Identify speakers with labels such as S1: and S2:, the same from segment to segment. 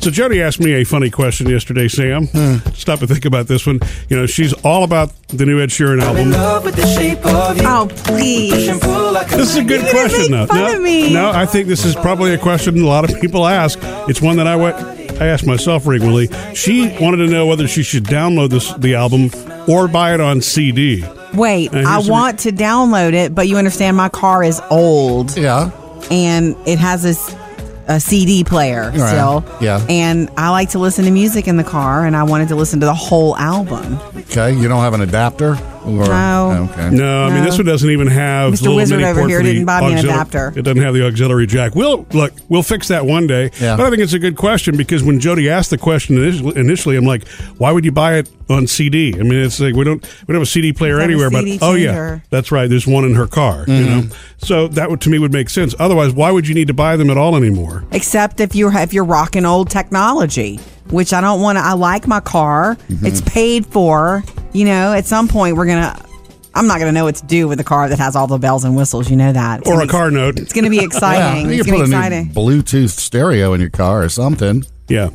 S1: So Jody asked me a funny question yesterday, Sam.
S2: Hmm.
S1: Stop and think about this one. You know, she's all about the new Ed Sheeran album.
S2: Oh, please.
S1: This is a good
S2: You're gonna
S1: question,
S2: make
S1: though.
S2: fun
S1: no,
S2: of me.
S1: no, I think this is probably a question a lot of people ask. It's one that I went, I asked myself frequently. She wanted to know whether she should download this the album or buy it on CD.
S2: Wait,
S1: here's
S2: I
S1: the re-
S2: want to download it, but you understand my car is old
S3: Yeah.
S2: and it has a, s- a CD player
S3: Right.
S2: still.
S3: Yeah.
S2: And I like to listen to music in the car, and I wanted to listen to the whole album.
S3: Okay. You don't have an adapter? Or,
S2: No.
S3: Okay.
S1: No, I mean
S2: No.
S1: this one doesn't even have
S2: Mr.
S1: the little
S2: Wizard
S1: mini
S2: over
S1: port
S2: here
S1: for the
S2: didn't buy me an
S1: auxili-
S2: adapter.
S1: It doesn't have the auxiliary jack. We'll look. We'll fix that one day.
S3: Yeah.
S1: But I think it's a good question because when Jody asked the question initially, initially, I'm like, why would you buy it on CD? I mean, it's like we don't we don't have a CD player
S2: Does it have a
S1: anywhere. But
S2: CD
S1: oh yeah,
S2: changer?
S1: that's right. There's one in her car. You know, so that would, to me would make sense. Otherwise, why would you need to buy them at all anymore?
S2: except if you're if you're rocking old technology, which I don't want to. I like my car;
S3: Mm-hmm.
S2: it's paid for. You know, at some point we're gonna. I'm not gonna know what to do with a car that has all the bells and whistles. You know that, It's
S1: Or
S2: gonna
S1: a
S2: be-
S1: car note?
S2: It's gonna be exciting.
S3: You
S2: it's
S3: can
S2: gonna
S3: put
S2: be
S3: a
S2: exciting.
S3: new Bluetooth stereo in your car or something.
S1: Yeah.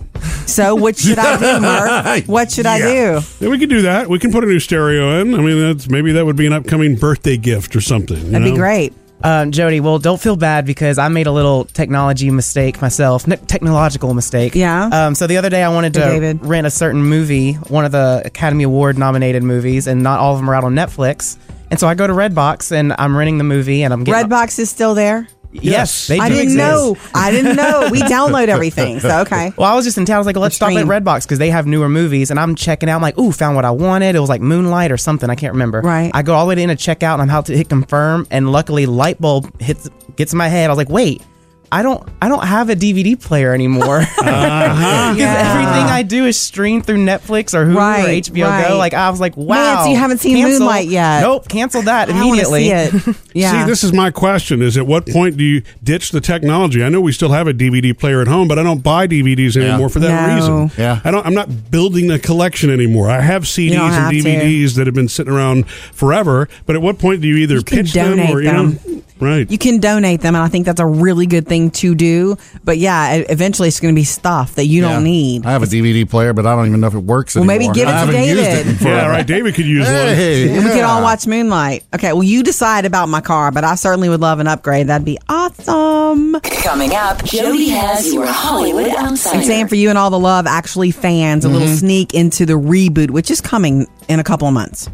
S2: so, what should I do, Mark? What should I do?
S1: Yeah, we could do that. We can put a new stereo in. I mean, that's maybe that would be an upcoming birthday gift or something. you
S2: That'd be
S1: know?
S2: great.
S4: Um, Jody, well, don't feel bad because I made a little technology mistake myself, ne- technological mistake.
S2: Yeah.
S4: Um, so the other day I wanted to
S2: Hey, David.
S4: rent a certain movie, one of the Academy Award nominated movies, and not all of them are out on Netflix. And so I go to Redbox and I'm renting the movie and I'm getting
S2: Redbox is still there.
S4: Yes, they do
S2: I didn't
S4: exist.
S2: know. I didn't know. We download everything. So okay.
S4: Well, I was just in town. I was like, let's stop at
S2: stream.
S4: Redbox because they have newer movies. And I'm checking out. I'm like, ooh, found what I wanted. It was like Moonlight or something. I can't remember.
S2: Right.
S4: I go all the way in to check out and I'm about to hit confirm. And luckily, light bulb hits gets in my head. I was like, wait. I don't. I don't have a DVD player anymore because
S1: Uh,
S4: Uh-huh.
S2: Yeah.
S4: everything I do is streamed through Netflix or Hulu or
S2: Right,
S4: HBO
S2: right.
S4: Go. Like I was like, wow.
S2: Nancy, you haven't seen
S4: Cancel.
S2: Moonlight yet.
S4: Nope, cancel that
S2: I wanna
S4: immediately.
S2: see it. Yeah.
S1: See, this is my question: Is at what point do you ditch the technology? I know we still have a DVD player at home, but I don't buy DVDs anymore for that
S2: No.
S1: reason.
S3: Yeah.
S1: I don't. I'm not building a collection anymore. I have CDs
S2: don't
S1: and
S2: have to.
S1: DVDs that have been sitting around forever. But at what point do you either
S2: can
S1: pitch them
S2: donate
S1: or you
S2: them.
S1: know, right?
S2: you can donate them and i think that's a really good thing to do but yeah e- eventually it's going to be stuff that you
S3: Yeah.
S2: don't need
S3: I have a DVD player, but I don't even know if it works
S2: Well,
S3: anymore.
S2: maybe give it
S3: I
S2: to
S3: haven't
S2: David.
S3: Used it in
S1: yeah,
S3: forever.
S1: right. David could use one.
S3: Hey,
S2: we could all
S3: yeah.
S2: watch moonlight okay well you decide about my car but i certainly would love an upgrade that'd be awesome
S5: Coming up, Jody has your Hollywood outsider.
S2: and sam for you and all the love actually fans a little sneak into the reboot which is coming in a couple of months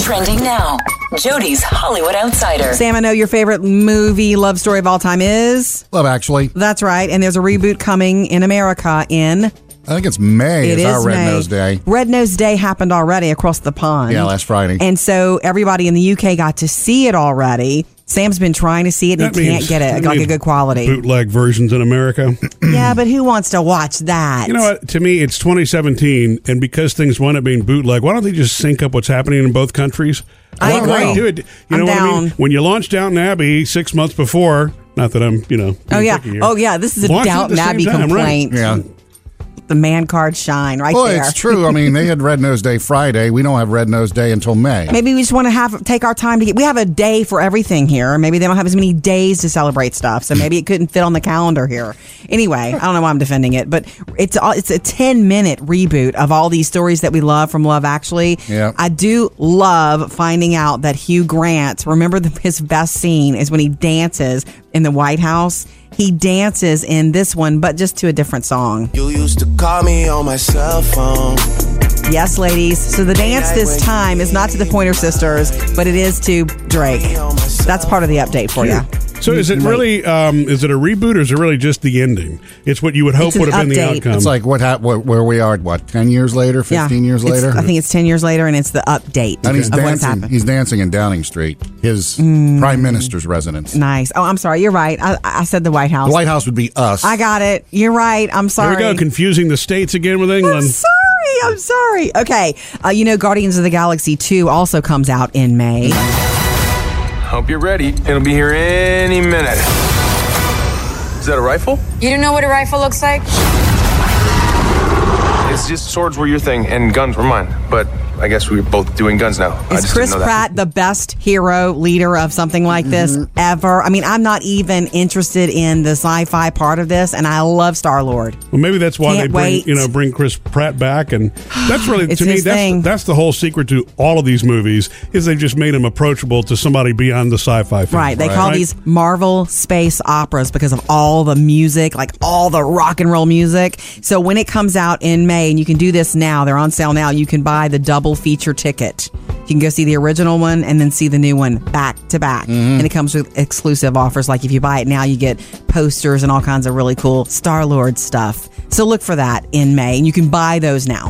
S5: Trending now. Jody's Hollywood outsider.
S2: sam i know your favorite movie love story of all time is
S3: Love Actually.
S2: that's right and there's a reboot coming in america in
S3: I think it's May
S2: It is
S3: is, our Red
S2: May.
S3: Nose Day.
S2: Red Nose Day happened already across the pond.
S3: Yeah, last Friday.
S2: And so everybody in the UK got to see it already. Sam's been trying to see it
S1: That
S2: and he
S1: means-
S2: can't get
S1: that
S2: it like a
S1: means
S2: good quality.
S1: Bootleg versions in America.
S2: yeah, but who wants to watch that?
S1: You know what? To me, it's 2017, and because things wind up being bootleg, why don't they just sync up what's happening in both countries?
S2: I
S1: Why don't they
S2: agree.
S1: do it? You
S2: I'm
S1: know what I mean?
S2: down.
S1: When you launch Downton Abbey six months before, not that I'm, you know.
S2: Oh
S1: being
S2: yeah,
S1: picky here.
S2: oh yeah. This is a
S1: Launch it at
S2: Downton
S1: the same
S2: Abbey
S1: time, right.
S2: complaint.
S3: Yeah.
S2: The man card shine right
S3: Well,
S2: there.
S3: it's true. I mean, they had Red Nose Day Friday. We don't have Red Nose Day until May.
S2: Maybe we just want to have take our time to get. We have a day for everything here. Maybe they don't have as many days to celebrate stuff, so maybe it couldn't fit on the calendar here. Anyway, I don't know why I'm defending it, but it's all, it's a 10 minute reboot of all these stories that we love from Love Actually.
S3: Yeah.
S2: I do love finding out that Hugh Grant. Remember the, his best scene is when he dances in the White House. He dances in this one, but just to a different song.
S6: You used to call me on my cell phone.
S2: Yes, ladies. So the dance this time is not to the Pointer Sisters, but it is to Drake. That's part of the update for you.
S1: So is it really? Um, is it a reboot, or is it really just the ending? It's what you would hope
S2: It's an
S1: would have been the
S2: update.
S1: outcome.
S3: It's like what, hap- what where we are. What ten years later? Fifteen years
S2: It's-
S3: later?
S2: I think it's 10 years later, and it's the update
S3: And he's
S2: of what's
S3: dancing.
S2: happened. Mm.
S3: He's dancing in Downing Street, his prime minister's residence.
S2: nice. Oh, I'm sorry. You're right. I, I said the White House.
S3: The White House would be us.
S2: I got it. You're right. I'm
S1: there
S2: sorry.
S1: we go, confusing the states again with
S2: I'm
S1: England.
S2: sorry. I'm sorry. Okay. Uh, you know, Guardians of the Galaxy 2 also comes out in May.
S7: Hope you're ready. It'll be here any minute. Is that a rifle?
S8: You don't know what a rifle looks like?
S7: It's just swords were your thing and guns were mine. But I guess we are both doing guns now. I
S2: Is
S7: just
S2: Chris
S7: didn't know that. Mm-hmm.
S2: Pratt the best hero leader of something like this ever? I mean, I'm not even interested in the sci-fi part of this, and I love Star Lord.
S1: Well, maybe that's why
S2: Can't
S1: they bring
S2: wait.
S1: you know bring Chris Pratt back, and that's really
S2: It's
S1: to me
S2: his
S1: that's
S2: thing.
S1: that's the whole secret to all of these movies is they've just made him approachable to somebody beyond the sci-fi. Film,
S2: Right. They call these Marvel space operas because of all the music, like all the rock and roll music. So when it comes out in May, and you can do this now, they're on sale now, you can buy the double feature ticket. You can go see the original one and then see the new one back to back.
S3: Mm-hmm.
S2: And it comes with exclusive offers. Like if you buy it now, you get posters and all kinds of really cool Star Lord stuff. So look for that in May. And you can buy those now.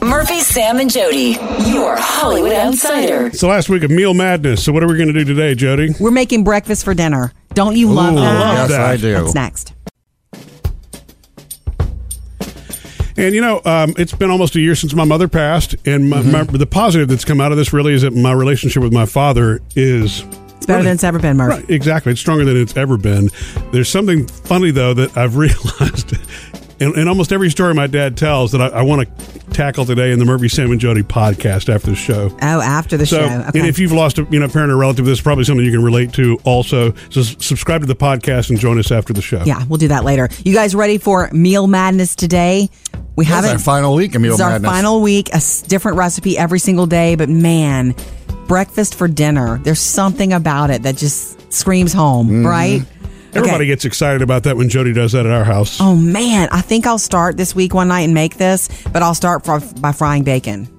S5: Murphy, Sam, and Jody, your Hollywood outsider.
S1: So last week of meal madness. So what are we going to do today, Jody?
S2: We're making breakfast for dinner. Don't you love
S1: Ooh,
S2: that?
S1: love
S3: yes,
S1: that.
S3: I do.
S2: That's next.
S1: And you know, um, it's been almost a year since my mother passed, and my, my, the positive that's come out of this really is that my relationship with my father is
S2: It's better than it's ever been, Murph.
S1: right, exactly. It's stronger than it's ever been. There's something funny though that I've realized. In, in almost every story my dad tells that I, I want to tackle today in the Murphy Sam and Jody podcast after the show.
S2: Oh, after the
S1: So,
S2: show. Okay.
S1: and if you've lost a you know parent or relative, this is probably something you can relate to. Also, so s- subscribe to the podcast and join us after the show.
S2: yeah, we'll do that later. You guys ready for meal madness today? We
S3: That's our
S2: haven't.
S3: final week of Meal
S2: It's our
S3: Madness.
S2: final week. A s- different recipe every single day, but man, breakfast for dinner. There's something about it that just screams home,
S3: Mm-hmm.
S2: right?
S1: Everybody
S2: Okay.
S1: gets excited about that when Jody does that at our house.
S2: Oh man, I think I'll start this week one night and make this, but I'll start fr- by frying bacon.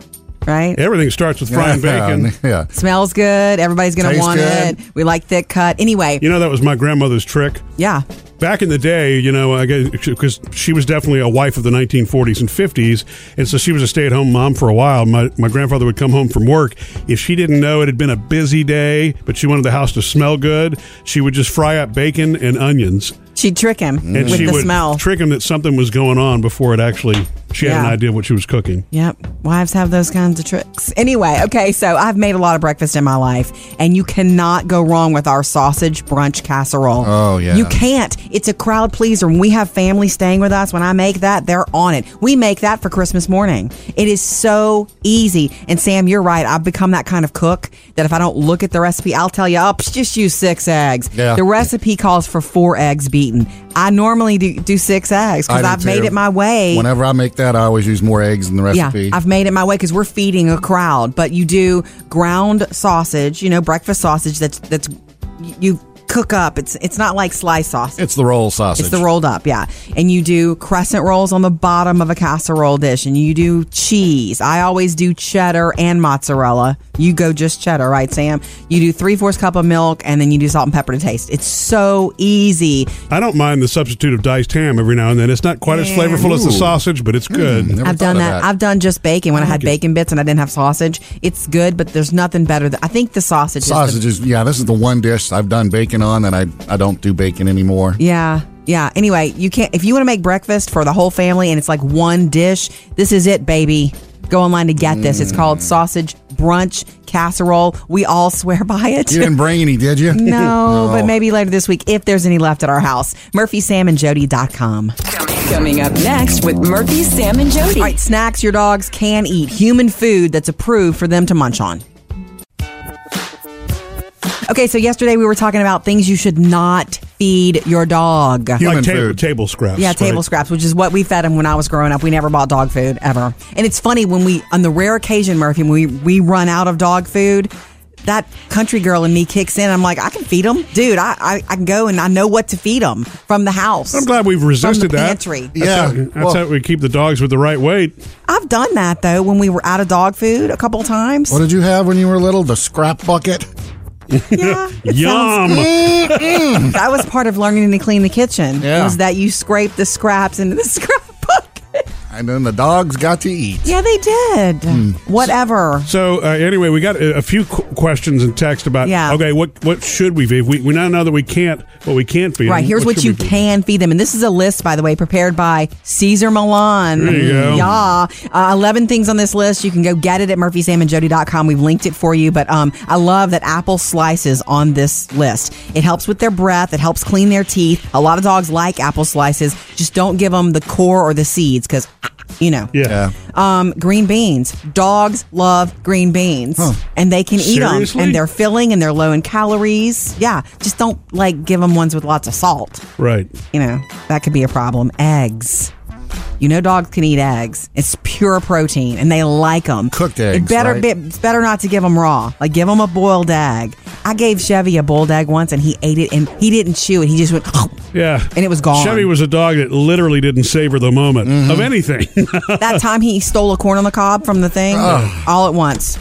S2: Right?
S1: Everything starts with frying bacon.
S3: yeah.
S2: Smells good. Everybody's gonna
S3: Tastes
S2: want
S3: good.
S2: it. We like thick cut. Anyway,
S1: You know that was my grandmother's trick.
S2: yeah.
S1: Back in the day, you know, I guess because she was definitely a wife of the 1940s and 50s, and so she was a stay-at-home mom for a while. My my grandfather would come home from work if she didn't know it had been a busy day, but she wanted the house to smell good. She would just fry up bacon and onions,
S2: She'd trick him
S1: and
S2: with
S1: she
S2: the
S1: would
S2: smell.
S1: trick him that something was going on before it actually. She had an
S2: Yeah.
S1: idea what she was cooking.
S2: Yep. Wives have those kinds of tricks. Anyway, okay, so I've made a lot of breakfast in my life, and you cannot go wrong with our sausage brunch casserole.
S3: Oh, yeah.
S2: You can't. It's a crowd pleaser. When we have family staying with us, when I make that, they're on it. We make that for Christmas morning. It is so easy. And Sam, you're right. I've become that kind of cook that if I don't look at the recipe, I'll tell you, oh, psh, just use six eggs.
S3: Yeah.
S2: The recipe calls for four eggs beaten. I normally do, do six eggs because
S3: I do
S2: I've made
S3: too.
S2: it my way.
S3: Whenever I make that, I always use more eggs than the recipe.
S2: Yeah, I've made it my way because we're feeding a crowd. But you do ground sausage, you know, breakfast sausage. That's that's you cook up. It's it's not like slice sausage.
S3: it's the roll sausage.
S2: It's the rolled up, yeah. And you do crescent rolls on the bottom of a casserole dish, and you do cheese. I always do cheddar and mozzarella. You go just cheddar, right, Sam? You do three fourths cup of milk, and then you do salt and pepper to taste. It's so easy.
S1: I don't mind the substitute of diced ham every now and then. It's not quite as flavorful as the
S3: Ooh. Hmm,
S1: sausage, but it's good.
S3: Never
S2: I've done
S3: thought of
S2: that. I've done just bacon when I had
S1: Okay.
S2: bacon bits and I didn't have sausage. It's good, but there's nothing better. Than, I think the sausage. is the-
S3: Sausages, yeah, this is the one dish I've done bacon on that I, I don't do bacon anymore.
S2: yeah, yeah. Anyway, you can't if you want to make breakfast for the whole family and it's like one dish. This is it, baby. Go online to get this. It's called sausage brunch casserole. We all swear by it.
S3: You didn't bring any, did you?
S2: no, but maybe later this week if there's any left at our house. MurphySamandJody.com.
S5: Coming up next with Murphy, Sam, and Jody.
S2: All right, snacks your dogs can eat. Human food that's approved for them to munch on. Okay, so yesterday we were talking about things you should not feed your dog.
S1: Like
S3: Human
S1: table,
S3: food.
S1: table scraps.
S2: Yeah,
S1: right?
S2: table scraps, which is what we fed him when I was growing up. We never bought dog food ever. And it's funny when we, on the rare occasion, Murphy, when we, we run out of dog food, that country girl in me kicks in. I'm like, I can feed him. Dude, I, I, I can go and I know what to feed him from the house.
S1: I'm glad we've resisted that.
S2: pantry.
S1: That's
S3: Yeah,
S1: how- that's
S3: well-
S1: how we keep the dogs with the right weight.
S2: I've done that though when we were out of dog food a couple times.
S3: What did you have when you were little? The scrap bucket?
S2: Yeah, it
S1: Yum.
S2: sounds- that was part of learning to clean the kitchen.
S3: Yeah.
S2: Was that you scrape the scraps into the scrap bucket?
S3: And then the dogs got to eat.
S2: Yeah, they did.
S1: Hmm.
S2: Whatever.
S1: So uh, anyway, we got a, a few qu- questions and text about.
S2: Yeah.
S1: Okay, what what should we feed? We, we now know that we can't. What we can't feed.
S2: Right, here's what,
S1: should
S2: you
S1: we feed?
S2: can feed them. And this is a list, by the way, prepared by Caesar Milan.
S1: There you go.
S2: Yeah. Uh, 11 things on this list. You can go get it at murphysamandjody.com. We've linked it for you. But um, I love that apple slices on this list. It helps with their breath. It helps clean their teeth. A lot of dogs like apple slices. Just don't give them the core or the seeds because you know.
S1: Yeah.
S2: Um, green beans. Dogs love green beans, and they can eat
S1: Seriously?
S2: them, and they're filling, and they're low in calories. Yeah, just don't like give them ones with lots of salt.
S1: Right.
S2: You know that could be a problem. Eggs. You know, dogs can eat eggs. It's pure protein, and they like them.
S3: Cooked
S2: It
S3: eggs,
S2: better
S3: right?
S2: be, it's better not to give them raw. Like give them a boiled egg. I gave Chevy a boiled egg once, and he ate it, and he didn't chew it. He just went.
S1: Yeah.
S2: And it was gone.
S1: Chevy was a dog that literally didn't savor the moment
S3: Mm-hmm.
S1: of anything.
S2: that time he stole a corn on the cob from the thing all at once.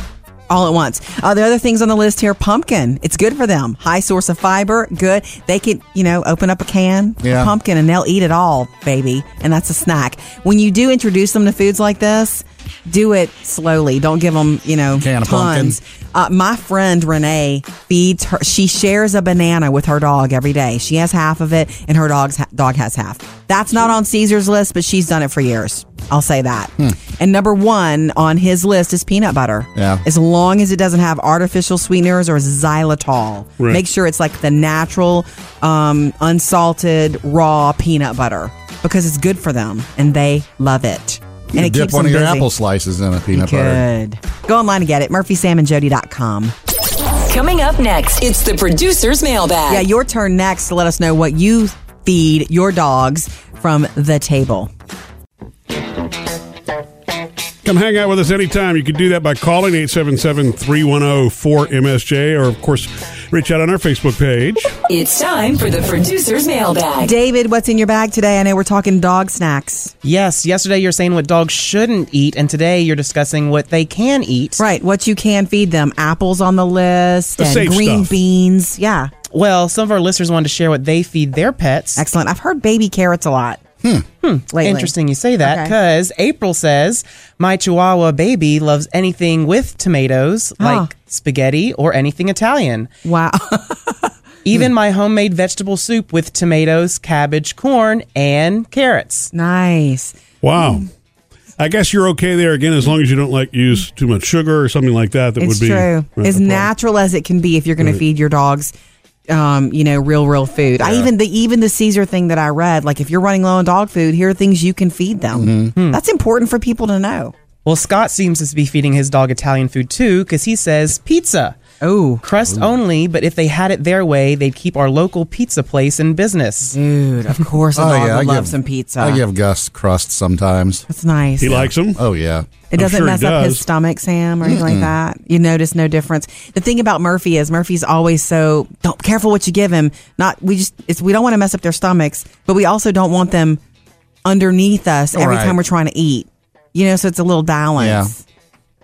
S2: All at once. Uh, the other things on the list here: pumpkin. It's good for them. High source of fiber. Good. They can, you know, open up a can of
S3: Yeah.
S2: pumpkin and they'll eat it all, baby. And that's a snack. When you do introduce them to foods like this, do it slowly. Don't give them, you know,
S3: Can of pumpkin.
S2: tons. Uh, my friend Renee feeds her. She shares a banana with her dog every day. She has half of it, and her dog's ha- dog has half. That's not on Caesar's list, but she's done it for years. I'll say that.
S3: Hmm.
S2: And number one on his list is peanut butter.
S3: Yeah.
S2: As long as it doesn't have artificial sweeteners or xylitol,
S1: Right.
S2: make sure it's like the natural, um, unsalted, raw peanut butter because it's good for them and they love it. And it
S3: Dip
S2: keeps
S3: one
S2: them
S3: of your
S2: busy.
S3: apple slices in a peanut butter.
S2: Good. Go online and get it. MurphySamandJody.com.
S5: Coming up next, it's the producer's mailbag.
S2: Yeah, your turn next to let us know what you feed your dogs from the table.
S1: Come hang out with us anytime. You can do that by calling 877-310-4MSJ or, of course, reach out on our Facebook page.
S5: It's time for the producer's mailbag.
S2: David, what's in your bag today? I know we're talking dog snacks.
S4: Yes, yesterday you're saying what dogs shouldn't eat, and today you're discussing what they can eat.
S2: Right, what you can feed them. Apples on the list
S1: The
S2: and
S1: safe
S2: green
S1: stuff.
S2: beans. Yeah,
S4: Well, some of our listeners wanted to share what they feed their pets.
S2: excellent. I've heard baby carrots a lot. Hmm. Lately.
S4: Interesting you say that
S2: Okay.
S4: because April says my Chihuahua baby loves anything with tomatoes, like spaghetti or anything Italian.
S2: Wow.
S4: Even my homemade vegetable soup with tomatoes, cabbage, corn, and carrots.
S2: nice.
S1: Wow.
S2: Hmm.
S1: I guess you're okay there again as long as you don't like use too much sugar or something like that. That would
S2: It's
S1: be
S2: true.
S1: Right,
S2: as
S1: no problem.
S2: natural as it can be, if you're going to feed your dogs, um, you know, real, real food. I even the even the Caesar thing that I read, like if you're running low on dog food, here are things you can feed them.
S1: Mm-hmm. Hmm.
S2: That's important for people to know.
S4: Well, Scott seems to be feeding his dog Italian food too because he says pizza.
S2: Oh,
S4: Crust only, but if they had it their way, they'd keep our local pizza place in business.
S2: dude, of course, a
S3: Oh,
S2: dog
S3: yeah. I
S2: would love
S3: give-
S2: some pizza.
S3: I give Gus crust sometimes.
S2: That's nice.
S1: He likes them?
S3: Oh, yeah.
S2: It doesn't
S1: sure he
S2: mess up his
S1: does.
S2: stomach, Sam, or anything like that. You notice no difference. The thing about Murphy is Murphy's always so don't careful what you give him. Not we just it's we don't want to mess up their stomachs, but we also don't want them underneath us every
S3: Right.
S2: time we're trying to eat. You know, so it's a little balance.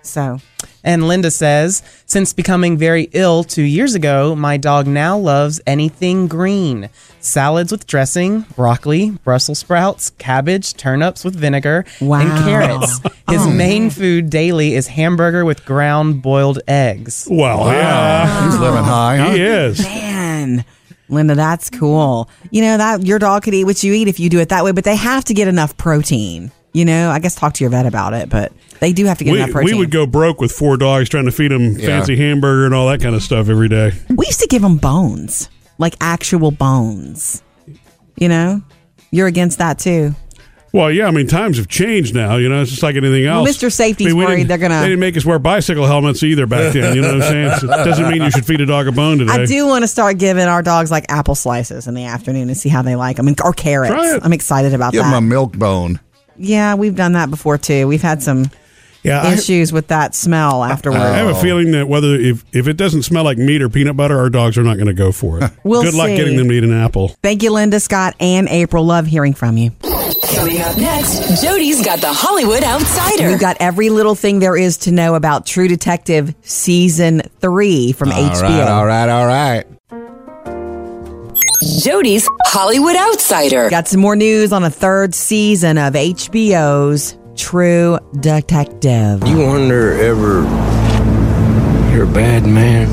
S2: So
S4: And Linda says, since becoming very ill two years ago, my dog now loves anything green salads with dressing, broccoli, Brussels sprouts, cabbage, turnips with vinegar, and
S2: Wow. Oh.
S4: carrots. His main food daily is hamburger with ground boiled eggs.
S1: Well, yeah.
S3: He's living high, huh?
S1: He is.
S2: man. Linda, that's cool. You know that your dog could eat what you eat if you do it that way, but they have to get enough protein. You know, I guess talk to your vet about it, but they do have to get
S1: We,
S2: enough protein.
S1: we would go broke with four dogs trying to feed them
S3: Yeah.
S1: fancy hamburger and all that kind of stuff every day.
S2: We used to give them bones, like actual bones. You know, you're against that too.
S1: Well, yeah, I mean, times have changed now. You know, it's just like anything else.
S2: Mr. Safety's
S1: I we
S2: worried
S1: didn't-
S2: they're gonna-
S1: They didn't make us wear bicycle helmets either back then. You know what I'm saying? It's- It doesn't mean you should feed a dog a bone today.
S2: I do want to start giving our dogs like apple slices in the afternoon and see how they like them, and- or carrots.
S1: Try it.
S2: I'm excited about
S3: Give him
S2: that.
S3: a milk bone.
S2: yeah, we've done that before too. We've had some
S1: Yeah, I,
S2: issues with that smell afterward.
S1: I have a feeling that whether if if it doesn't smell like meat or peanut butter, our dogs are not going to go for it.
S2: We'll
S1: Good luck
S2: see.
S1: getting them to eat an apple.
S2: Thank you, Linda, Scott, and April. Love hearing from you.
S5: Coming up next, Jody's got the Hollywood Outsider.
S2: We've got every little thing there is to know about True Detective season three from
S3: All
S2: HBO.
S3: right, all right, all right.
S5: Jody's Hollywood Outsider.
S2: Got some more news on a third season of HBO's True Detective.
S8: You wonder ever you're a bad man?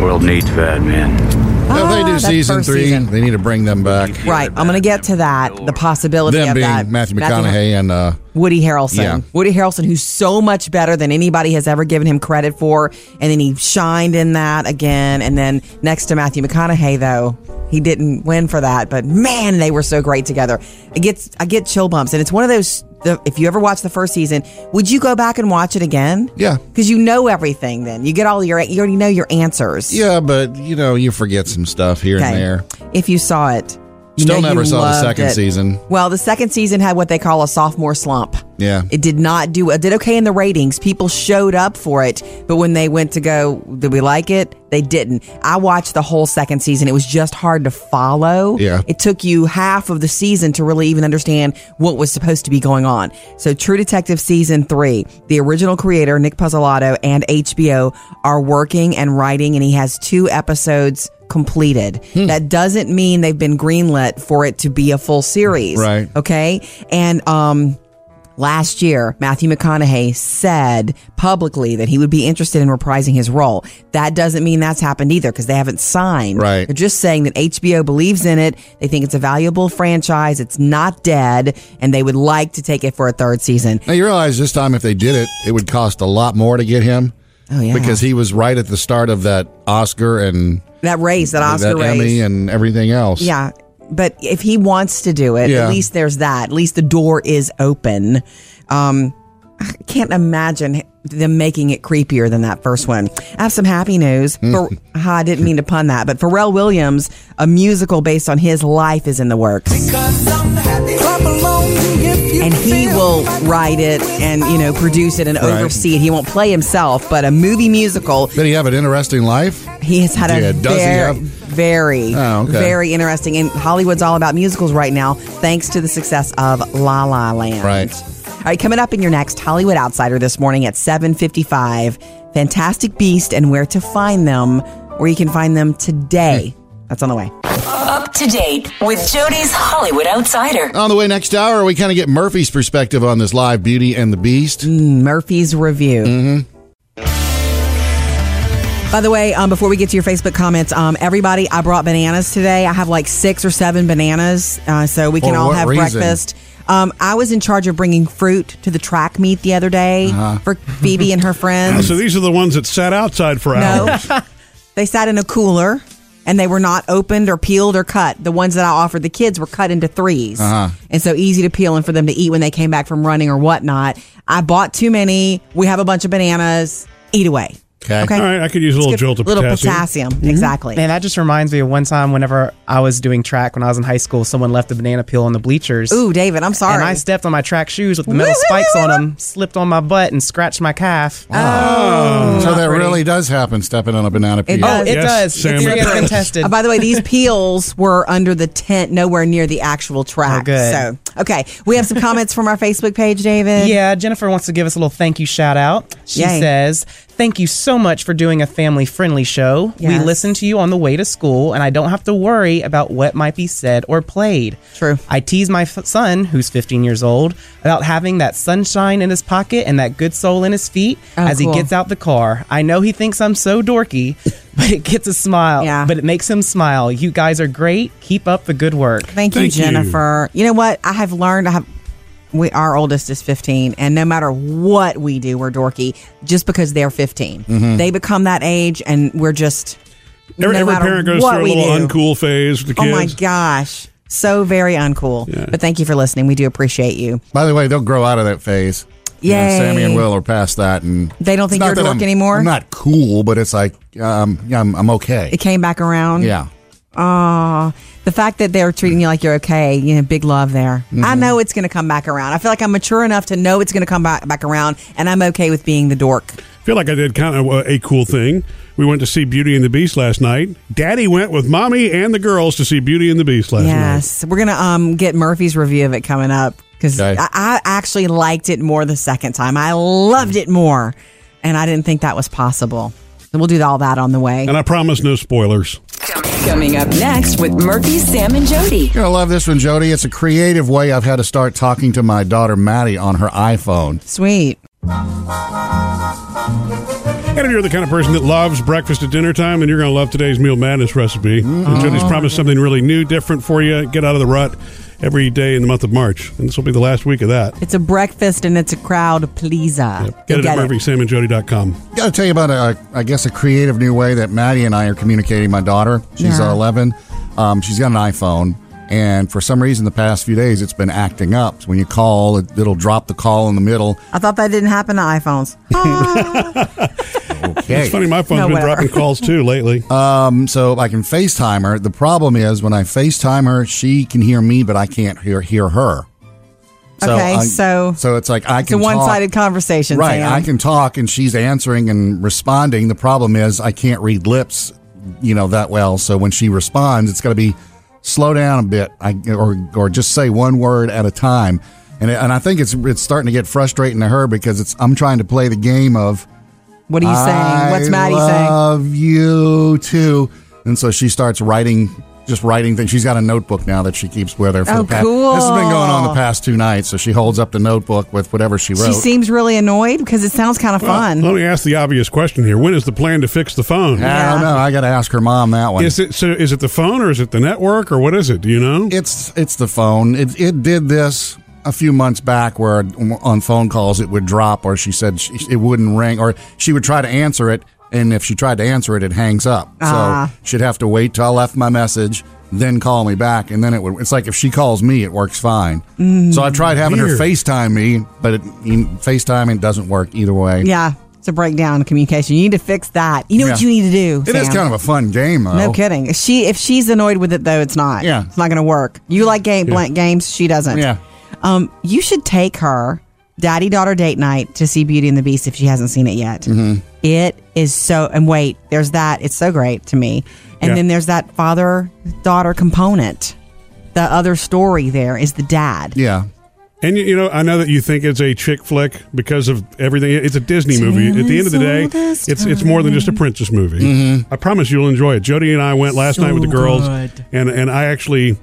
S9: World needs bad men.
S3: if they do
S2: Ah, that's
S3: season
S2: first
S3: three,
S2: season.
S3: they need to bring them back.
S2: Right, I'm going to get to that. The possibility
S3: Them
S2: of
S3: being
S2: that.
S3: Matthew McConaughey and uh,
S2: Woody Harrelson.
S3: Yeah.
S2: Woody Harrelson, who's so much better than anybody has ever given him credit for, and then he shined in that again. And then next to Matthew McConaughey, though, he didn't win for that, but man, they were so great together. It gets I get chill bumps, and it's one of those the if you ever watch the first season, would you go back and watch it again?
S3: Yeah.
S2: Because you know everything then. You get all your you already know your answers.
S3: Yeah, but you know, you forget some stuff here and there.
S2: If you saw it. you
S3: Still
S2: know you
S3: never saw the
S2: loved
S3: second
S2: it.
S3: season.
S2: Well, the second season had what they call a sophomore slump.
S3: Yeah.
S2: It did not do it did okay in the ratings. People showed up for it, but when they went to go, did we like it? They didn't. I watched the whole second season. It was just hard to follow.
S3: Yeah.
S2: It took you half of the season to really even understand what was supposed to be going on. So True Detective season 3, the original creator Nick Pizzolatto and HBO are working and writing and he has two episodes completed.
S3: Hmm.
S2: That doesn't mean they've been greenlit for it to be a full series.
S3: Right.
S2: Okay? And um Last year, Matthew McConaughey said publicly that he would be interested in reprising his role. That doesn't mean that's happened either because they haven't signed.
S3: Right.
S2: They're just saying that HBO believes in it. They think it's a valuable franchise. It's not dead and they would like to take it for a third season.
S3: Now you realize this time if they did it, it would cost a lot more to get him
S2: Oh, yeah.
S3: because he was right at the start of that Oscar and
S2: that race, that Oscar
S3: that
S2: race.
S3: Emmy and everything else.
S2: Yeah. But if he wants to do it,
S3: Yeah.
S2: at least there's that. At least the door is open. Um, I can't imagine them making it creepier than that first one. I have some happy news.
S3: Hmm.
S2: For, I didn't mean to pun that, but Pharrell Williams, a musical based on his life, is in the works. And he will write it and, you know, produce it and
S3: Right.
S2: oversee it. He won't play himself, but a movie musical
S3: Did he have an interesting life?
S2: he has had a
S3: Yeah, does he
S2: very,
S3: have-
S2: very,
S3: Oh, okay.
S2: very interesting. And Hollywood's all about musicals right now, thanks to the success of La La Land.
S3: Right.
S2: All right, coming up in your next Hollywood Outsider this morning at 7.55, Fantastic Beast and Where to Find Them, where you can find them today.
S3: Hmm.
S2: That's on the way.
S5: Up to date with Jody's Hollywood Outsider.
S3: On the way next hour, we kind of get Murphy's perspective on this live Beauty and the Beast.
S2: Murphy's Review. By the way, um, before we get to your Facebook comments, um, everybody, I brought bananas today. I have like six or seven bananas, uh, so we can
S3: For
S2: all
S3: what
S2: have
S3: reason?
S2: breakfast. Um, I was in charge of bringing fruit to the track meet the other day
S3: Uh-huh.
S2: for Phoebe and her friends.
S1: So these are the ones that sat outside for
S2: No.
S1: hours.
S2: they sat in a cooler and they were not opened or peeled or cut. The ones that I offered the kids were cut into 3s And so easy to peel and for them to eat when they came back from running or whatnot. I bought too many. We have a bunch of bananas. Eat away.
S3: Okay.
S1: All right, I could use a little
S2: Good-
S1: jolt of
S2: little
S1: potassium.
S2: potassium. Exactly.
S4: Man, that just reminds me of one time whenever I was doing track when I was in high school, someone left a banana peel on the bleachers.
S2: Ooh, David, I'm sorry.
S4: And I stepped on my track shoes with the metal
S2: Woo-hoo-hoo-hoo-hoo.
S4: spikes on them, slipped on my butt, and scratched my calf.
S2: Ah,
S3: so that
S4: pretty.
S3: really does happen, stepping on a banana peel.
S4: oh, it
S1: Yes,
S4: does.
S1: Sam,
S4: it's
S1: it
S4: it's been
S1: does.
S4: tested.
S2: Uh, by the way, these peels were under the tent, nowhere near the actual track.
S4: Oh, good.
S2: So, okay, we have some comments from our Facebook page, David.
S4: Yeah, Jennifer wants to give us a little thank you shout out. She
S2: Yay.
S4: says, Thank you so much for doing a family friendly show.
S2: Yes.
S4: We listen to you on the way to school, and I don't have to worry about what might be said or played.
S2: True.
S4: I tease my f- son, who's 15 years old, about having that sunshine in his pocket and that good soul in his feet
S2: Oh,
S4: as
S2: cool.
S4: he gets out the car. I know he thinks I'm so dorky, but it gets a smile.
S2: Yeah.
S4: But it makes him smile. You guys are great. Keep up the good work.
S2: Thank you,
S1: Thank you.
S2: Jennifer. You. know what? I have learned. I have. We, our oldest is 15, and no matter what we do, we're dorky just because they're 15. They become that age, and we're just.
S1: Mm-hmm. Every,
S2: no
S1: every
S2: matter
S1: parent goes
S2: what
S1: through a
S2: we
S1: little
S2: do.
S1: uncool phase with the
S2: Oh
S1: kids.
S2: my gosh. So very uncool. But thank you for listening. We do appreciate you.
S3: By the way, they'll grow out of that phase. You know,
S2: Yay.
S3: Sammy and Will are past that, and
S2: They don't think
S3: It's not
S2: you're a
S3: that
S2: dork
S3: I'm-
S2: anymore?
S3: I'm not cool, but it's like um, yeah, I'm, I'm okay.
S2: It came back around.
S3: Yeah,
S2: Oh, the fact that they're treating you like you're okay, you know, big love there. I
S1: Mm-hmm.
S2: know it's going to come back around. I feel like I'm mature enough to know it's going to come back, back around, and I'm okay with being the dork.
S1: I feel like I did kind of uh, a cool thing. We went to see Beauty and the Beast last night. Daddy went with mommy and the girls to see Beauty and the Beast last night.
S2: yes, we're gonna um get Murphy's review of it coming up because
S3: Okay.
S2: I, I actually liked it more the second time. I loved it more, and I didn't think that was possible. And we'll do all that on the way.
S1: And I promise no spoilers.
S5: Coming up next with Murphy, Sam, and Jody.
S3: you're gonna love this one, Jody. It's a creative way I've had to start talking to my daughter Maddie on her iPhone.
S2: Sweet.
S1: And if you're the kind of person that loves breakfast at dinner time, then you're going to love today's Meal Madness recipe. And Jody's promised something really new, different for you. Get out of the rut every day in the month of March. And this will be the last week of that.
S2: It's a breakfast and it's a crowd pleaser.
S1: Get
S2: You'll
S1: it at murphysamandjody.com.
S3: Got to tell you about a, I guess, a creative new way that Maddie and I are communicating. My daughter, she's
S2: Yeah.
S3: 11. Um, she's got an iPhone, And for some reason, the past few days, it's been acting up. So when you call, it, it'll drop the call in the middle.
S2: I thought that didn't happen to iPhones. Ah.
S3: Okay.
S1: It's funny, my phone's
S2: No,
S1: been
S2: whatever.
S1: dropping calls too lately.
S3: so I can FaceTime her. The problem is when I FaceTime her, she can hear me, but I can't hear hear her.
S2: Okay,
S3: I-
S2: so-
S3: so it's like I
S2: it's a
S3: can talk-
S2: one-sided conversation,
S3: Right,
S2: Sam.
S3: I can talk and she's answering and responding. The problem is I can't read lips, you know, that well. So when she responds, it's got to be slow down a bit, I, or or just say one word at a time. And and I think it's it's starting to get frustrating to her because it's I'm trying to play the game of
S2: what are you saying? What's Maddie
S3: I love you too. And so she starts writing, just writing things. She's got a notebook now that she keeps with her. For
S2: Oh,
S3: the past, This has been going on the past two nights. So she holds up the notebook with whatever she wrote.
S2: saying? She seems really annoyed because it sounds kind of fun.
S1: Let me ask the obvious question here: When is the plan to fix the phone?
S3: I don't know. I got to ask her mom that one.
S1: Is it so? Is it the phone or is it the network or what is it? Do you know?
S3: it's it's the phone. It it did this a few months back where on phone calls it would drop, or she said she, it wouldn't ring, or she would try to answer it, and if she tried to answer it, it hangs up.
S2: Ah.
S3: So she'd have to wait till I left my message, then call me back, and then it would. It's like if she calls me, it works fine.
S2: Mm.
S3: so I tried having
S1: Weird.
S3: her FaceTime me, but it, you- FaceTime it doesn't work either way.
S2: Yeah, it's a breakdown in communication. You need to fix that. You know what
S3: Yeah.
S2: you need to do.
S3: It is kind of a fun game, though.
S2: No kidding. If She if she's annoyed with it though, it's not.
S3: Yeah.
S2: it's not going to work. You like game blank games, she doesn't.
S3: Yeah.
S2: Um, you should take her daddy daughter date night to see Beauty and the Beast if she hasn't seen it yet.
S1: Mm-hmm.
S2: It is so. And wait, there's that. It's so great to me. And
S1: Yeah.
S2: then there's that father daughter component. The other story there is the dad.
S3: Yeah.
S1: And you, you know, I know that you think it's a chick flick because of everything. It's a Disney movie. At the end of the day,
S2: all this
S1: it's it's more than just a princess movie. I promise you'll enjoy it. Jody and I went last
S4: So
S1: night with the girls,
S4: good.
S1: and and I actually,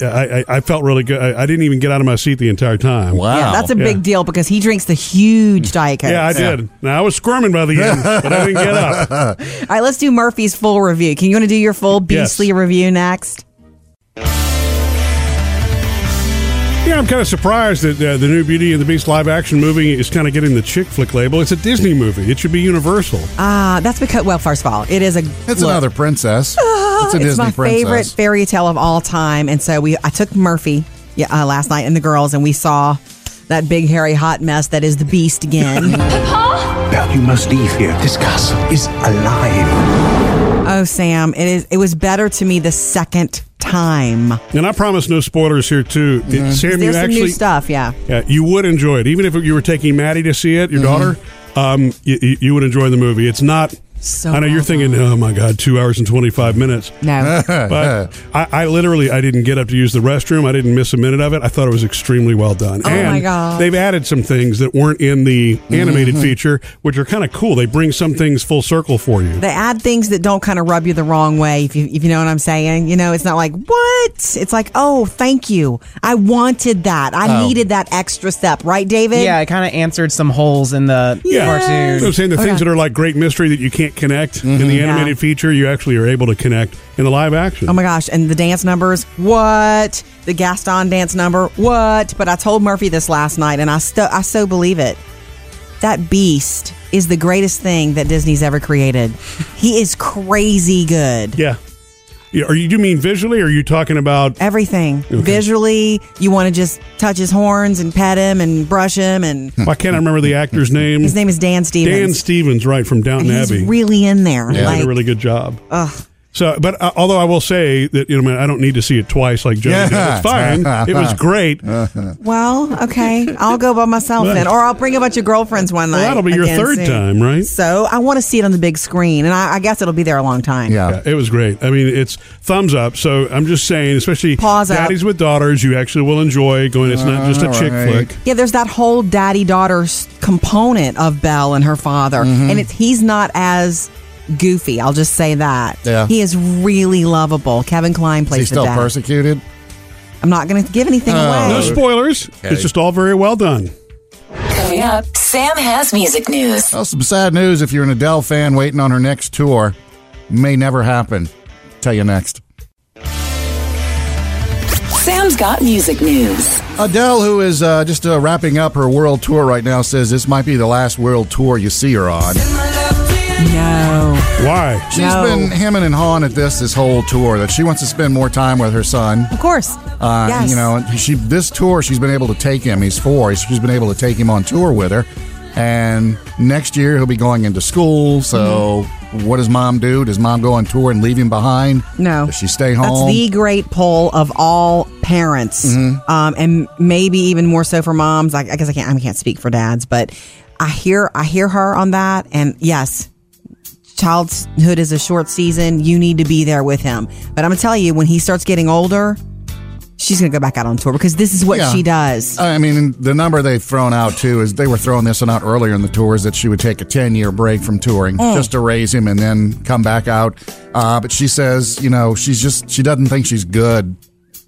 S1: I, I, I felt really good. I, I didn't even get out of my seat the entire time.
S3: Wow.
S2: Yeah, that's a
S1: Yeah.
S2: big deal because he drinks the huge diet coke.
S1: Yeah, I did. Now I was squirming by the end, but I didn't get up.
S2: All right, let's do Murphy's full review. Can you want to do your full
S1: Yes.
S2: beastly review next?
S1: Yeah, I'm kind of surprised that uh, the new Beauty and the Beast live action movie is kind of getting the chick flick label. It's a Disney movie. It should be universal.
S2: Ah, that's because well, first of all, it is a
S3: It's
S2: look,
S3: another princess. it's a
S2: it's
S3: Disney
S2: my
S3: princess.
S2: favorite fairy tale of all time, and so we I took Murphy yeah, uh, last night and the girls, and we saw that big hairy hot mess that is the Beast again.
S8: Now you must leave here. This castle is alive.
S2: oh, Sam, it is. It was better to me the second time.
S1: And I promise no spoilers here too. Did- Sam, you
S2: There's some new
S1: actually
S2: stuff, yeah.
S1: Yeah, you would enjoy it, even if you were taking Maddie to see it, your daughter. Um, you, you would enjoy the movie. It's not.
S2: Mm-hmm. So
S1: I know you're
S2: well
S1: thinking, oh my god, two hours and twenty five minutes.
S2: No,
S1: But I, I literally, I didn't get up to use the restroom. I didn't miss a minute of it. I thought it was extremely well done.
S2: Oh my Mm-hmm.
S1: and
S2: God.
S1: They've added some things that weren't in the animated feature, which are kind of cool. They bring some things full circle for you.
S2: they add things that don't kind of rub you the wrong way, if you if you know what I'm saying. You know, it's not like what. It's like, oh, thank you. I wanted that.
S3: Oh.
S2: I needed that extra step, right, David?
S4: Yeah, it kind of answered some holes in the
S1: So I'm
S4: cartoon.
S1: saying the things that are like great mystery that you can't connect in the
S2: Oh, Mm-hmm. Yeah.
S1: animated feature, you actually are able to connect in the live action.
S2: Oh my gosh, and the dance numbers, what? The Gaston dance number, what? But I told Murphy this last night and I sto- I so believe it. That beast is the greatest thing that Disney's ever created. he is crazy good.
S1: Yeah. yeah. Are you, you mean visually? Or are you talking about?
S2: Everything. Visually, you want to just touch his horns and pet him and brush him and
S1: Why can't I remember the actor's name?
S2: his name is Dan Stevens.
S1: Dan Stevens, right from
S2: and
S1: Downton
S2: he's
S1: Abbey.
S2: really in there.
S1: He did
S2: Like,
S1: a really good job. So, but uh, although I will say that you know, man, I don't need to see it twice like Joe did. It's fine. it was great. Well,
S2: well, okay, I'll go by myself then, or I'll bring a bunch of girlfriends one night.
S1: that'll be your
S2: again
S1: third
S2: soon.
S1: time, right?
S2: So I want to see it on the big screen, and I, I guess it'll be there a long time.
S3: Yeah.
S1: Yeah, it was great. I mean, it's thumbs up. So I'm just saying, especially
S2: Pause up.
S1: daddies with daughters, you actually will enjoy going. It's not just a chick
S3: All right.
S1: flick.
S2: Yeah, there's that whole daddy daughter component of Belle and her father,
S3: Mm-hmm.
S2: and it's he's not as goofy. I'll just say that.
S3: Yeah.
S2: he is really lovable. Kevin Klein
S3: Is he
S2: plays the
S3: still Oh.
S2: dad.
S3: persecuted?
S2: I'm not going to give anything away.
S1: No spoilers. It's just all very well done.
S5: Coming up, Sam has music news.
S3: Well, some sad news if you're an Adele fan waiting on her next tour. May never happen. Tell you next.
S5: Sam's got music news.
S3: Adele, who is uh, just uh, wrapping up her world tour right now, says this might be the last world tour you see her on.
S2: No.
S1: Why?
S3: She's
S2: No.
S3: been hemming and hawing at this this whole tour that she wants to spend more time with her son.
S2: Of course.
S3: Uh,
S2: yes.
S3: You know, she this tour she's been able to take him. He's four. She's been able to take him on tour with her, and next year he'll be going into school. So,
S2: Mm-hmm.
S3: what does mom do? Does mom go on tour and leave him behind?
S2: No.
S3: Does she stay home?
S2: That's the great poll of all parents,
S3: Mm-hmm.
S2: um, and maybe even more so for moms. I, I guess I can't. I can't speak for dads, but I hear I hear her on that. And yes, childhood is a short season. You need to be there with him. But I'm gonna tell you, when he starts getting older, she's gonna go back out on tour because this is what
S3: Yeah.
S2: she does.
S3: I mean, the number they've thrown out too is they were throwing this one out earlier in the tours that she would take a 10 year break from touring
S2: Mm.
S3: just to raise him and then come back out. Uh, but she says, you know, she's just, she doesn't think she's good,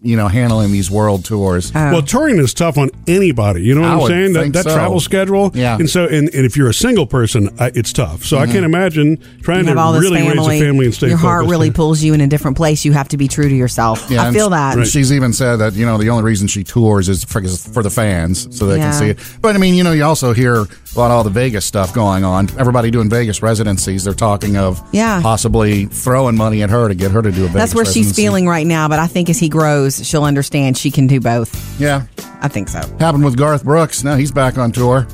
S3: you know, handling these world tours.
S2: Um,
S1: Well, touring is tough on anybody. You know what
S3: I
S1: am
S3: would
S1: saying? That,
S3: think
S1: that
S3: so.
S1: travel schedule.
S3: Yeah.
S1: And so, and, and if you're a single person, I, it's tough. So I can't imagine trying
S2: Mm-hmm. You
S1: to
S2: have all this
S1: really
S2: family.
S1: raise a family and stay
S2: Your heart
S1: focused.
S2: really pulls you in a different place. You have to be true to yourself.
S3: Yeah,
S2: I
S3: and
S2: feel
S3: s-
S2: that.
S3: and She's even said that, you know, the only reason she tours is for, is for the fans so they
S2: Yeah.
S3: can see it. But I mean, you know, you also hear about all the Vegas stuff going on. Everybody doing Vegas residencies, they're talking of
S2: Yeah.
S3: possibly throwing money at her to get her to do a Vegas
S2: That's where she's
S3: residency.
S2: feeling right now. But I think as he grows, she'll understand she can do both.
S3: Yeah.
S2: I think so.
S3: happened with Garth Brooks. Now he's back on tour.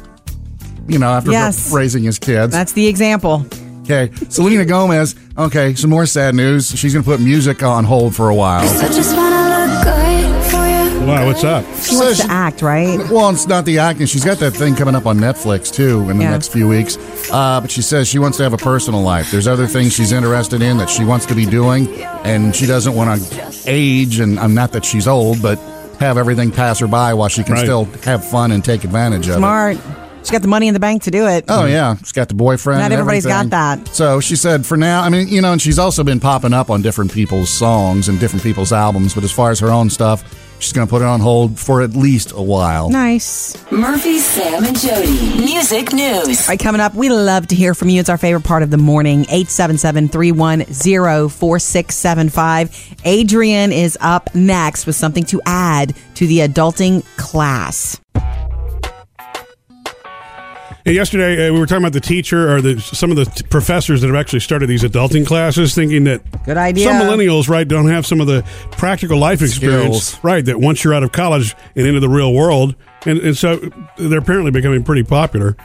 S3: You know, after
S2: Yes.
S3: raising his kids.
S2: That's the example.
S3: okay, Selena Gomez. Okay, some more sad news. She's going to put music on hold for a while.
S10: I just wanna look good for you.
S1: Wow, what's up?
S2: She wants
S3: Says-
S2: to act, right?
S3: Well, it's not the acting. She's got that thing coming up on Netflix too in the
S2: Yeah.
S3: next few weeks. Uh, but she says she wants to have a personal life. There's other things she's interested in that she wants to be doing, and she doesn't want to age. And I'm not that she's old, but have everything pass her by while she can
S1: Right.
S3: still have fun and take advantage of it.
S2: Smart. She's got the money in the bank to do it.
S3: Oh yeah, she's got the boyfriend.
S2: Not
S3: and
S2: everybody's
S3: everything.
S2: got that.
S3: So she said, for now, I mean, you know, and she's also been popping up on different people's songs and different people's albums. But as far as her own stuff, she's going to put it on hold for at least a while.
S2: Nice.
S5: Murphy, Sam, and Jody. Music news.
S2: All right, coming up, we love to hear from you. It's our favorite part of the morning 877 310 4675. Adrian is up next with something to add to the adulting class.
S1: And yesterday uh, we were talking about the teacher or the, some of the t- professors that have actually started these adulting classes, thinking that
S2: Good idea.
S1: Some millennials, right, don't have some of the practical life experience,
S3: Skills.
S1: right? That once you're out of college and into the real world, and, and so they're apparently becoming pretty popular.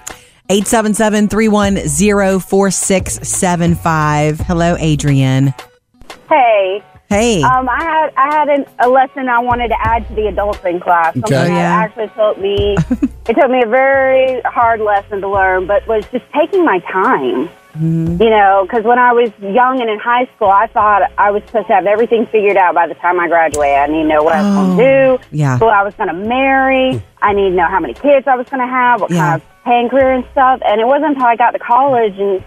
S2: 877 310 4675. Hello, Adrian.
S11: Hey,
S2: Hey.
S11: um, I had I had an, a lesson I wanted to add to the adulting class. Something
S3: Okay.
S11: that
S2: Yeah.
S11: actually took me it took me a very hard lesson to learn, but was just taking my time. You know, because when I was young and in high school, I thought I was supposed to have everything figured out by the time I graduated. I need to know what I was going to do,
S2: yeah.
S11: who I was going to marry. I need to know how many kids I was going to have, what
S2: Yeah.
S11: kind of paying career and stuff. And it wasn't until I got to college and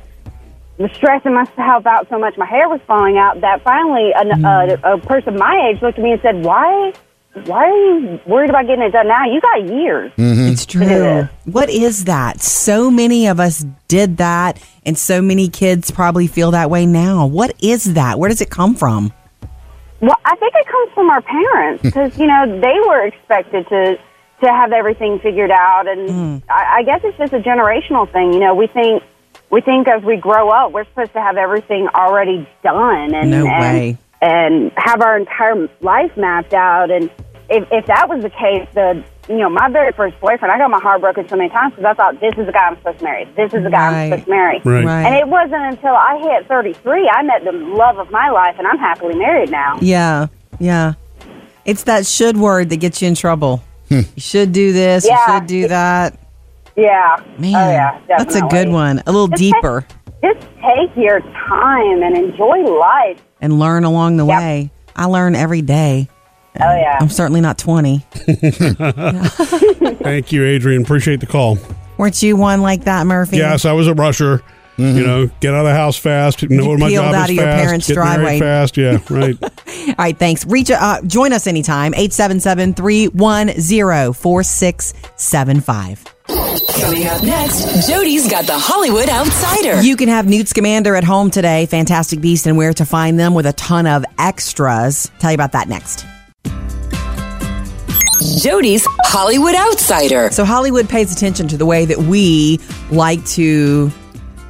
S11: was stressing myself out so much, my hair was falling out, that finally an, uh, a, a person my age looked at me and said, "Why, why are you worried about getting it done now? You got years."
S2: It's true. What is that? So many of us did that, and so many kids probably feel that way now. What is that? Where does it come from?
S11: Well, I think it comes from our parents
S2: Hmm.
S11: because you know they were expected to to have everything figured out, and
S2: Hmm.
S11: I, I guess it's just a generational thing. You know, we think we think as we grow up, we're supposed to have everything already done, and
S2: No
S11: and,
S2: way.
S11: and have our entire life mapped out. And if if that was the case, the you know my very first boyfriend, I got my heart broken so many times because I thought this is the guy I'm supposed to marry, this is the guy
S2: Right.
S11: I'm supposed to marry,
S1: Right.
S2: Right.
S11: and it wasn't until I hit 33 I met the love of my life, and I'm happily married now.
S2: Yeah, yeah. It's that should word that gets you in trouble. you should do this. You
S11: Yeah.
S2: should do that.
S11: Yeah.
S2: Man,
S11: oh, yeah,
S2: that's a good
S11: definitely.
S2: one. A little
S11: Just
S2: deeper
S11: Take, just take your time and enjoy life.
S2: and learn along the
S11: Yep.
S2: way. I learn every day. Uh,
S11: Oh yeah.
S2: I'm certainly not 20.
S1: Thank you, Adrian. Appreciate the call.
S2: Weren't you one like that, Murphy?
S1: Yes, I was a rusher.
S2: Mm-hmm.
S1: You know, get out of the house fast. Know what my
S2: peeled
S1: job is
S2: out of your
S1: fast,
S2: parents'
S1: get married
S2: driveway.
S1: fast. Yeah, right.
S2: All right, thanks. Reach uh, join us anytime 877-310-4675.
S5: Coming up next, Jody's got the Hollywood Outsider.
S2: You can have Newt Scamander at home today, Fantastic Beast and where to find them with a ton of extras. Tell you about that next.
S5: Jody's Hollywood Outsider.
S2: So Hollywood pays attention to the way that we like to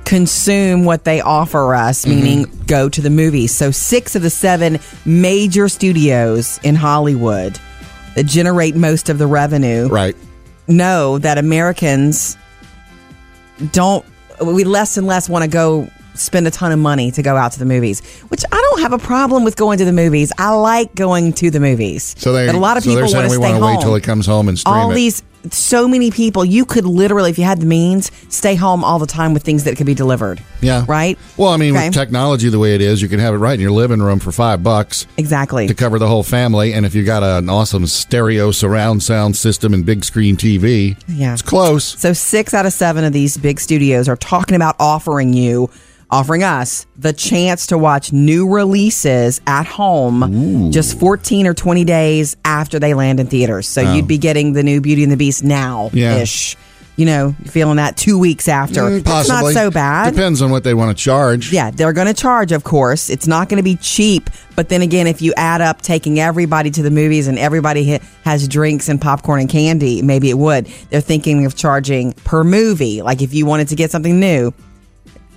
S2: consume what they offer us, mm-hmm. meaning go to the movies. So, six of the seven major studios in Hollywood that generate most of the revenue
S3: right.
S2: know that Americans don't, we less and less want to go spend a ton of money to go out to the movies, which I don't have a problem with going to the movies. I like going to the movies.
S3: So they,
S2: but a lot of
S3: so
S2: people want to
S3: we
S2: stay
S3: want to
S2: home.
S3: wait till it comes home and stream
S2: all
S3: it.
S2: these, so many people, you could literally, if you had the means, stay home all the time with things that could be delivered.
S3: Yeah.
S2: Right.
S3: Well, I mean,
S2: Okay.
S3: with technology the way it is, you can have it right in your living room for five bucks
S2: Exactly.
S3: to cover the whole family. And if you got an awesome stereo surround sound system and big screen TV,
S2: Yeah.
S3: it's close.
S2: So six out of seven of these big studios are talking about offering you, offering us the chance to watch new releases at home just 14 or 20 days after they land in theaters. So you'd be getting the new Beauty and the Beast now ish. You know, feeling that two weeks after.
S3: Mm,
S2: That's
S3: possibly.
S2: not so bad.
S3: Depends on what they want to charge.
S2: Yeah, they're going to charge, of course. It's not going to be cheap. But then again, if you add up taking everybody to the movies and everybody hit, has drinks and popcorn and candy, maybe it would. They're thinking of charging per movie. Like if you wanted to get something new,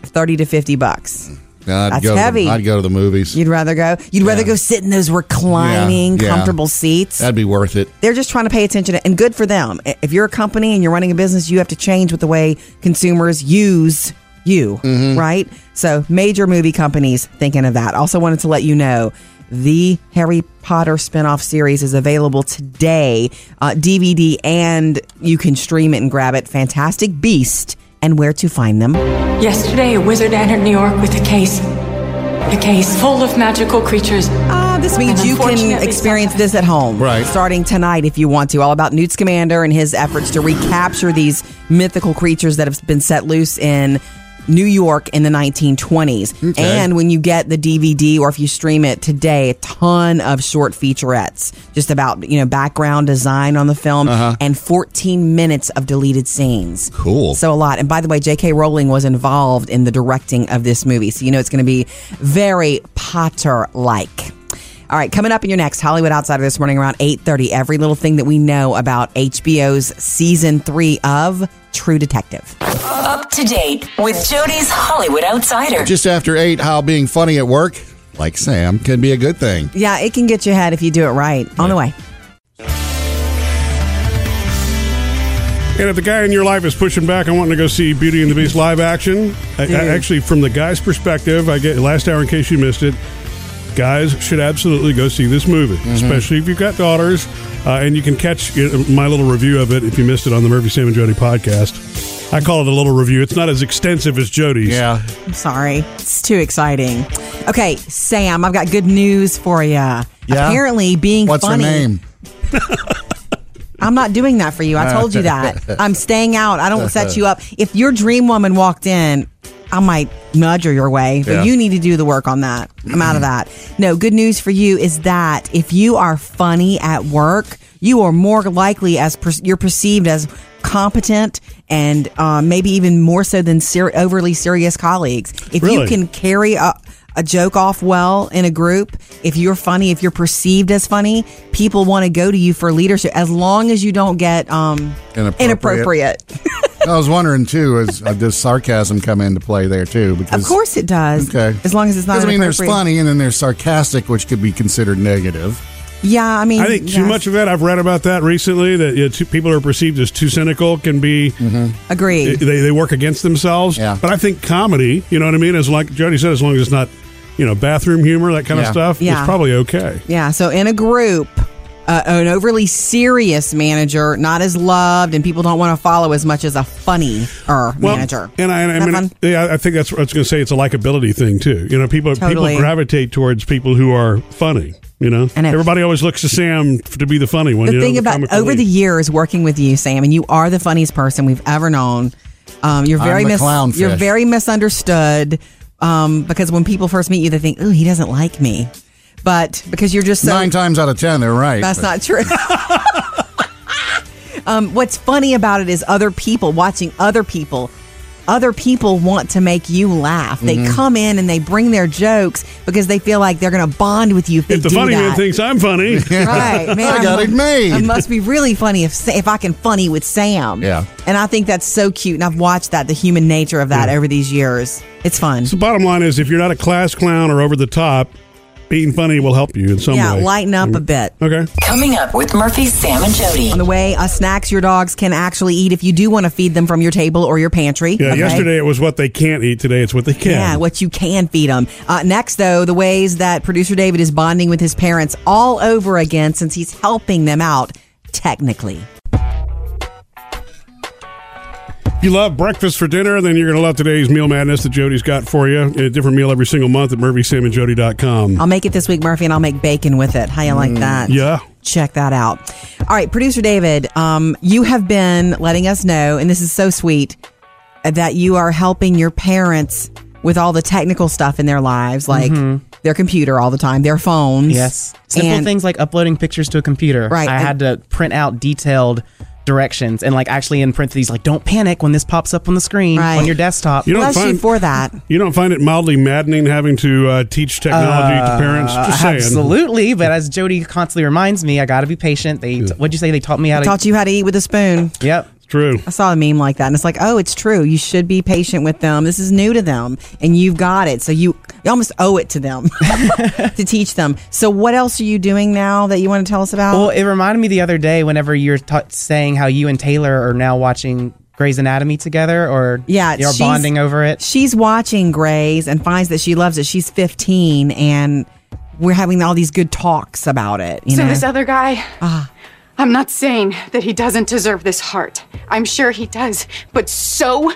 S2: 30 to 50 bucks.
S3: I'd
S2: That's
S3: go to the-
S2: heavy.
S3: I'd go to the movies.
S2: You'd rather go? You'd rather go sit in those reclining,
S3: Yeah, yeah.
S2: comfortable seats.
S3: That'd be worth it.
S2: they're just trying to pay attention and good for them. If you're a company and you're running a business, you have to change with the way consumers use you, right? So, major movie companies thinking of that. Also wanted to let you know the Harry Potter spin-off series is available today, uh, DVD and you can stream it and grab it. Fantastic Beast and where to find them.
S12: Yesterday, a wizard entered New York with a case. A case full of magical creatures.
S2: Ah, this means you can experience this at home.
S3: Right.
S2: Starting tonight if you want to. All about Newt Scamander and his efforts to recapture these mythical creatures that have been set loose in New York in the 1920s.
S3: Okay.
S2: And when you get the DVD or if you stream it today, a ton of short featurettes just about, you know, background design on the film and 14 minutes of deleted scenes.
S3: Uh-huh. Cool.
S2: So a lot. And by the way, J.K. Rowling was involved in the directing of this movie. So you know it's going to be very Potter like. All right, coming up in your next Hollywood Outsider this morning around 8:30, every little thing that we know about HBO's season 3 of True Detective.
S5: Up to date with Jody's Hollywood Outsider.
S3: Just after eight, how being funny at work, like Sam, can be a good thing.
S2: Yeah, it can get you ahead if you do it right. On the way.
S1: And if the guy in your life is pushing back on wanting to go see Beauty and the Beast live action, I, I-
S2: Dude.
S1: actually, from the guy's perspective, I get last hour in case you missed it. Guys should absolutely go see this movie,
S2: Mm-hmm.
S1: especially if you've got daughters. Uh, and you can catch uh, my little review of it if you missed it on the Murphy Sam and Jody podcast. I call it a little review. It's not as extensive as Jody's.
S3: Yeah.
S2: I'm sorry. It's too exciting. Okay, Sam, I've got good news for you. Apparently being
S3: What's
S2: funny
S3: her name?
S2: I'm not doing that for you. I told you that. I'm staying out. I don't set you up. If your dream woman walked in, I might nudge her your way, but
S3: Yeah.
S2: you need to do the work on that. I'm out of that. No, good news for you is that if you are funny at work, you are more likely as per- you're perceived as competent and uh, maybe even more so than ser- overly serious colleagues. If you
S1: Really?
S2: can carry a, a joke off well in a group, if you're funny, if you're perceived as funny, people want to go to you for leadership as long as you don't get um,
S3: Inappropriate.
S2: inappropriate.
S3: I was wondering too, is uh, does sarcasm come into play there too? Because
S2: Of course it does.
S3: Okay.
S2: As long as it's not
S3: Because, I mean, there's
S2: inappropriate.
S3: funny and then there's sarcastic, which could be considered negative.
S2: Yeah, I mean,
S1: I think too
S2: yes.
S1: much of that. I've read about that recently. That you know, too, people are perceived as too cynical can be
S2: Mm-hmm. Agreed.
S1: they, they work against themselves.
S3: Yeah.
S1: But I think comedy, you know what I mean? As like Jody said, as long as it's not, you know, bathroom humor, that kind
S3: Yeah.
S1: of stuff,
S2: Yeah.
S1: it's probably okay.
S2: Yeah. So in a group, uh, an overly serious manager, not as loved, and people don't want to follow as much as a funny or manager.
S1: and I, I
S2: Isn't that
S1: mean,
S2: fun?
S1: yeah, I think that's what I was going to say. It's a likability thing too. You know, people
S2: Totally.
S1: people gravitate towards people who are funny. You know,
S2: I know.
S1: everybody always looks to Sam f- to be the funny one.
S2: the
S1: you know,
S2: thing about
S1: comic
S2: over the
S1: relief.
S2: years working with you, Sam, and you are the funniest person we've ever known. Um, you're
S3: I'm
S2: very
S3: the
S2: mis-
S3: clownfish.
S2: you're very misunderstood um, because when people first meet you, they think, "Ooh, he doesn't like me," but because you're just so
S3: Nine times out of ten, they're right.
S2: That's
S3: but-
S2: not true. um, what's funny about it is other people watching other people other people want to make you laugh. They
S1: Mhm.
S2: come in and they bring their jokes because they feel like they're going to bond with you if,
S1: If
S2: they
S1: the
S2: do
S1: funny
S2: that.
S1: man thinks I'm funny,
S2: Right, man. I'm- I must be really funny if Sa- if I can funny with Sam.
S1: Yeah.
S2: And I think that's so cute. And I've watched that, the human nature of that over these years. It's fun.
S1: So bottom line is, if you're not a class clown or over the top, being funny will help you in some
S2: yeah,
S1: way.
S2: lighten up a bit.
S1: Okay.
S5: Coming up with Murphy, Sam, and Jody.
S2: On the way, uh, snacks your dogs can actually eat if you do want to feed them from your table or your pantry.
S1: Yeah,
S2: okay?
S1: yesterday it was what they can't eat. Today it's what they can.
S2: Yeah, what you can feed them. Uh, next, though, the ways that producer David is bonding with his parents all over again since he's helping them out technically.
S1: If you love breakfast for dinner, then you're going to love today's meal madness that Jody's got for you. A different meal every single month at murphysamandjody.com.
S2: I'll make it this week, Murphy, and I'll make bacon with it. How you like
S4: Mm,
S2: that?
S1: Yeah.
S2: Check that out. All right, producer David, um, you have been letting us know, and this is so sweet, uh, that you are helping your parents with all the technical stuff in their lives, like
S4: Mhm.
S2: their computer all the time, their phones.
S4: Yes. Simple
S2: and-
S4: things like uploading pictures to a computer.
S2: Right,
S4: I
S2: and-
S4: had to print out detailed directions and like actually in parentheses like don't panic when this pops up on the screen on your desktop.
S1: You don't find,
S2: that.
S1: You don't find it mildly maddening having to uh, teach technology to parents?
S4: Uh,
S1: Just saying.
S4: absolutely, but as Jody constantly reminds me, I got to be patient. They what'd you say? They taught me how
S2: I
S4: to
S2: taught you how to eat with a spoon.
S4: Yep. It's
S1: true.
S2: I saw a meme like that, and it's like, oh, it's true. You should be patient with them. This is new to them, and you've got it. So you, you almost owe it to them to teach them. So what else are you doing now that you want to tell us about?
S4: Well, it reminded me the other day whenever you're ta saying how you and Taylor are now watching Grey's Anatomy together, or
S2: yeah,
S4: you're
S2: she's-
S4: bonding over it.
S2: She's watching Grays and finds that she loves it. She's 15, and we're having all these good talks about it. You
S12: so
S2: know? Ah.
S12: this other guy, I'm not saying that he doesn't deserve this heart. I'm sure he does, but so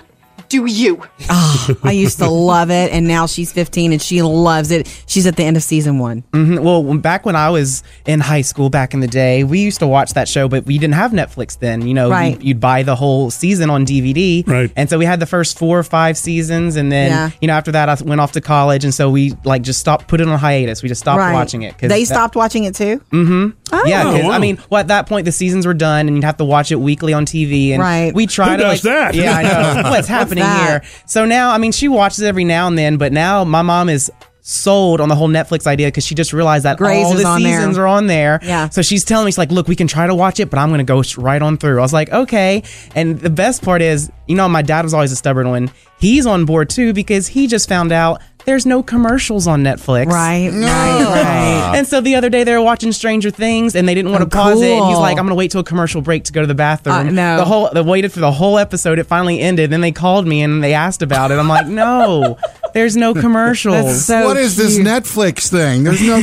S12: do you.
S2: I used to love it, and now she's 15 and she loves it. She's at the end of season one.
S4: hmm Well, when- back when I was in high school, back in the day, we used to watch that show, but we didn't have Netflix then. You know,
S2: Right.
S4: you'd, you'd buy the whole season on DVD, right? And so we had the first four or five seasons, and then
S2: Yeah.
S4: you know after that, I went off to college, and so we like just stopped, put it on hiatus. We just stopped
S2: Right.
S4: watching it.
S2: They stopped watching it too.
S4: Mm-hmm. Yeah, 'cause,
S2: Oh.
S4: I mean, well, at that point, the seasons were done, and you'd have to watch it weekly on TV. And
S2: Right.
S4: we tried
S2: Who
S4: to,
S2: does
S4: like-
S2: that?
S4: Yeah, I know
S2: What's
S4: what's happening
S2: that?
S4: here. So now, I mean, she watches it every now and then, but now my mom is sold on the whole Netflix idea because she just realized that
S2: Grey's
S4: all
S2: is
S4: the
S2: on there.
S4: seasons are on there. Yeah. So she's telling me, she's like, "Look, we can try to watch it, but I'm going to go sh- right on through." I was like, "Okay." And the best part is, you know, my dad was always a stubborn one. He's on board too because he just found out. There's no commercials on Netflix.
S2: Right. Right. right.
S4: And so the other day they were watching Stranger Things and they didn't want
S2: Ah. Oh,
S4: to pause it. And he's
S2: cool.
S4: like, I'm gonna wait till a commercial break to go to the bathroom.
S2: Uh, no.
S4: The whole they waited for the whole episode. It finally ended. Then they called me and they asked about it. I'm like, no, there's no commercials.
S3: what is this Netflix thing? There's no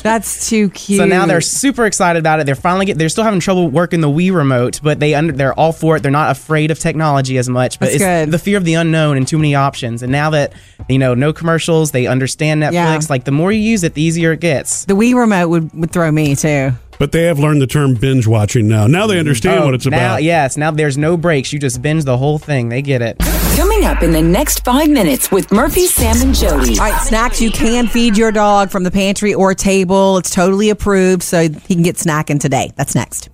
S2: That's too cute.
S4: So now they're super excited about it. They're finally get, they're still having trouble working the Wii remote, but they under, they're all for it. They're not afraid of technology as much, but
S2: That's
S4: it's
S2: good.
S4: the fear of the unknown and too many options. And now that you know no commercials, they understand Netflix.
S2: Yeah.
S4: Like the more you use it, the easier it gets.
S2: The Wii remote would, would throw me too.
S1: But they have learned the term binge watching now. Now they understand
S4: Oh,
S1: what it's
S4: now,
S1: about.
S4: Yes, now there's no breaks. You just binge the whole thing. They get it.
S5: Coming up in the next five minutes with Murphy, Sam, and Jody.
S2: All right, snacks you can feed your dog from the pantry or table. It's totally approved, so he can get snacking today. That's next.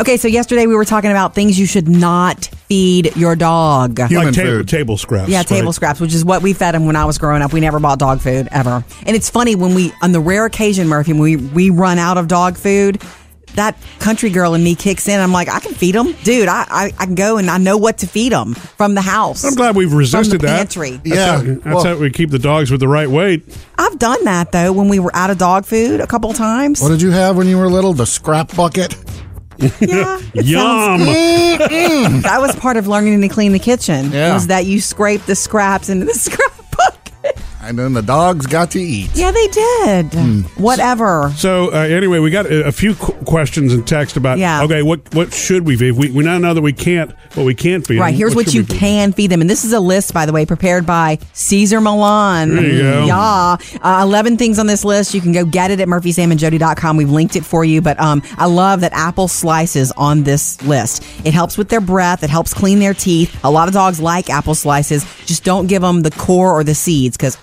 S2: Okay, so yesterday we were talking about things you should not feed your dog.
S1: like table, table scraps.
S2: Yeah,
S1: right?
S2: table scraps, which is what we fed him when I was growing up. We never bought dog food ever. And it's funny when we, on the rare occasion, Murphy, when we, we run out of dog food, that country girl in me kicks in. I'm like, I can feed him. Dude, I, I, I can go and I know what to feed him from the house.
S1: I'm glad we've resisted
S2: from the
S1: that.
S2: Pantry.
S1: That's how, that's how we keep the dogs with the right weight.
S2: I've done that though when we were out of dog food a couple times.
S3: What did you have when you were little? The scrap bucket?
S2: Yeah. It sounds- that was part of learning to clean the kitchen.
S3: Yeah.
S2: Was that you scrape the scraps into the scrap?
S3: and then the dogs got to eat.
S2: Yeah, they did.
S1: Hmm.
S2: Whatever.
S1: So uh, anyway, we got a, a few qu- questions and text about.
S2: Yeah.
S1: Okay, what what should we feed? We, we now know that we can't. What we can't feed.
S2: Right,
S1: them.
S2: here's what,
S1: should
S2: you
S1: we feed?
S2: can feed them. And this is a list, by the way, prepared by Caesar Milan.
S1: There you go.
S2: Yeah. Uh, 11 things on this list. You can go get it at murphysamandjody.com. We've linked it for you. But um, I love that apple slices on this list. It helps with their breath. It helps clean their teeth. A lot of dogs like apple slices. Just don't give them the core or the seeds because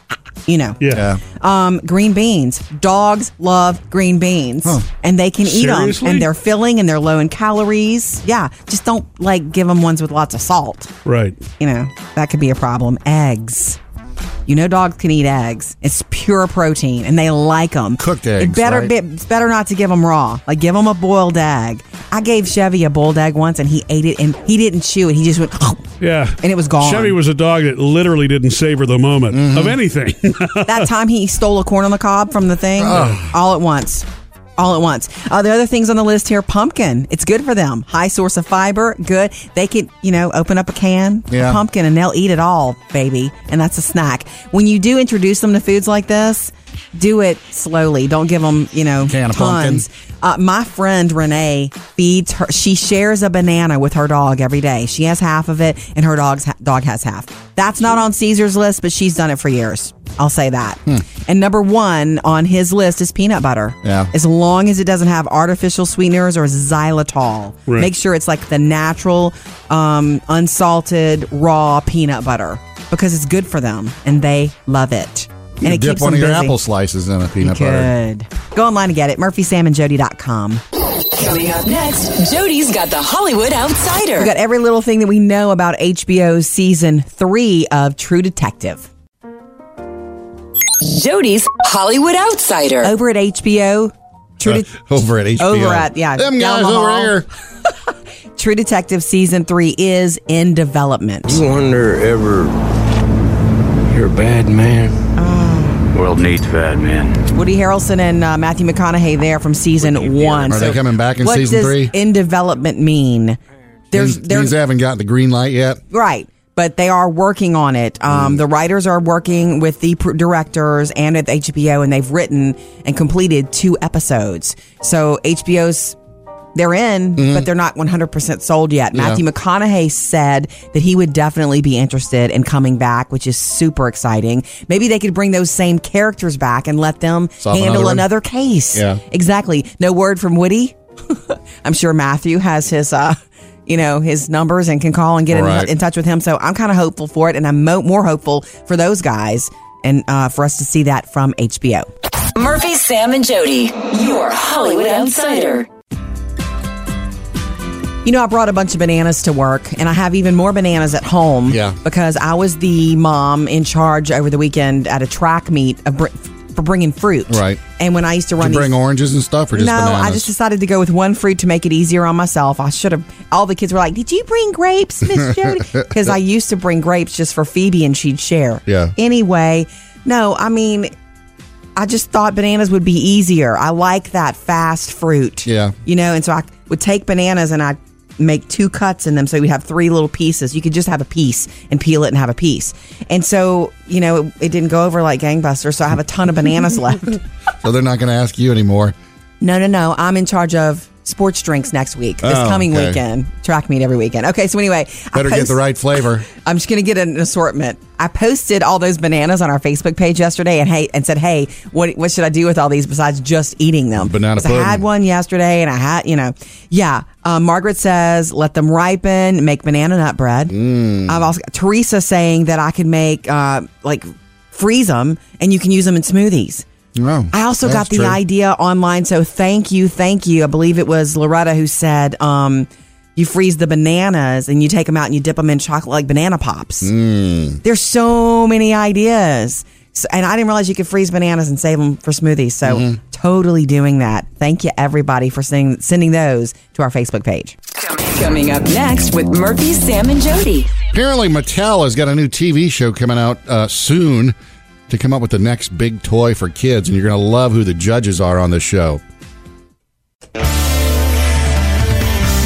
S2: you know.
S1: Yeah.
S2: Um, green beans. Dogs love green beans,
S1: Huh.
S2: and they can eat them,
S1: Seriously?
S2: and they're filling, and they're low in calories. Yeah, just don't like give them ones with lots of salt.
S1: Right.
S2: You know that could be a problem. Eggs. You know, dogs can eat eggs. It's pure protein, and they like them. Cooked
S3: eggs,
S2: better
S3: right?
S2: be- it's better not to give them raw. Like give them a boiled egg. I gave Chevy a boiled egg once, and he ate it, and he didn't chew it. He just went.
S1: Yeah.
S2: And it was gone.
S1: Chevy was a dog that literally didn't savor the moment of anything.
S2: that time he stole a corn on the cob from the thing
S1: Ugh.
S2: all at once. All at once. Uh, the other things on the list here: pumpkin. It's good for them. High source of fiber. Good. They could, you know, open up a can of
S13: Yeah.
S2: pumpkin and they'll eat it all, baby. And that's a snack. When you do introduce them to foods like this, do it slowly. Don't give them, you know,
S3: Can of pumpkin.
S2: tons. Uh, my friend Renee feeds her. She shares a banana with her dog every day. She has half of it, and her dog's dog has half. That's not on Caesar's list, but she's done it for years. I'll say that.
S3: Hmm.
S2: And number one on his list is peanut butter.
S3: Yeah.
S2: As long as it doesn't have artificial sweeteners or xylitol,
S3: Right.
S2: make sure it's like the natural, um, unsalted, raw peanut butter because it's good for them and they love it.
S3: You
S2: and it
S3: dip
S2: keeps
S3: one
S2: them
S3: of your
S2: busy.
S3: apple slices in a peanut butter.
S2: Good. Go online and get it. MurphySamandJody.com.
S5: Coming up next, Jody's got the Hollywood Outsider.
S2: We got every little thing that we know about HBO's season three of True Detective.
S5: Jody's Hollywood Outsider.
S2: Over at HBO, True
S5: Uh,
S2: Det-
S3: Over at HBO.
S2: Over at yeah,
S3: Them
S2: down
S3: guys
S2: the
S3: over
S2: hall.
S3: there.
S2: True Detective season three is in development.
S8: You wonder ever you're a bad man?
S9: World needs bad men.
S2: Woody Harrelson and uh, Matthew McConaughey there from season one.
S3: Are they coming back in
S2: what
S3: season
S2: does
S3: three?
S2: In development mean there's
S3: Means-
S2: there's
S3: means they haven't gotten the green light yet.
S2: Right. But they are working on it.
S13: Mm.
S2: Um, The writers are working with the pr- directors and at the HBO, and they've written and completed two episodes. So HBO's they're in, but they're not 100% sold yet.
S13: Mm. Yeah.
S2: Matthew McConaughey said that he would definitely be interested in coming back, which is super exciting. Maybe they could bring those same characters back and let them
S13: Solve
S2: handle
S13: another
S2: another,
S13: one.
S2: case.
S13: Yeah.
S2: Exactly. No word from Woody. I'm sure Matthew has his, uh, you know, his numbers and can call and get in,
S13: Right.
S2: in touch with him. So I'm kind of hopeful for it, and I'm mo- more hopeful for those guys and uh, for us to see that from HBO.
S5: Murphy, Sam, and Jody, your Hollywood Outsider.
S2: You know, I brought a bunch of bananas to work, and I have even more bananas at home. Yeah. Because I was the mom in charge over the weekend at a track meet of br- for bringing fruit.
S3: Right.
S2: And when I used to
S3: Did
S2: run
S3: you bring
S2: these-
S3: oranges and stuff or just
S2: no,
S3: bananas?
S2: I just decided to go with one fruit to make it easier on myself. I should have. All the kids were like, "Did you bring grapes, Miss Jody?" Because I used to bring grapes just for Phoebe, and she'd share.
S13: Yeah.
S2: Anyway, no, I mean, I just thought bananas would be easier. I like that fast fruit.
S3: Yeah.
S2: You know, and so I would take bananas and I would make two cuts in them so we'd have three little pieces. You could just have a piece and peel it and have a piece. And so, you know, it, it didn't go over like gangbusters, so I have a ton of bananas left.
S3: so they're not going to ask you anymore.
S2: No, no, no. I'm in charge of sports drinks next week. This
S3: Oh,
S2: coming
S3: okay.
S2: weekend. Track meet every weekend. Okay, so anyway,
S3: Better
S2: I
S3: get the
S2: post-
S3: right flavor.
S2: I'm just going to get an assortment. I posted all those bananas on our Facebook page yesterday and hey and said, "Hey, what what should I do with all these besides just eating them?"
S3: Banana
S2: 'Cause I had
S3: pudding.
S2: one yesterday and I had, you know. Yeah. Uh, Margaret says, "Let them ripen, make banana nut bread."
S3: Mm.
S2: I've also Teresa saying that I could make uh, like freeze them and you can use them in smoothies.
S3: No.
S2: I also
S3: That's
S2: got the
S3: true.
S2: idea online, so thank you, thank you. I believe it was Loretta who said, um, "You freeze the bananas and you take them out and you dip them in chocolate like banana pops."
S3: Mm.
S2: There's so many ideas, so, and I didn't realize you could freeze bananas and save them for smoothies. So
S3: Mm-hmm.
S2: totally doing that. Thank you everybody for sending sending those to our Facebook page.
S5: Coming up next with Murphy, Sam, and Jody.
S3: Apparently, Mattel has got a new TV show coming out uh, soon to come up with the next big toy for kids, and you're going to love who the judges are on this show.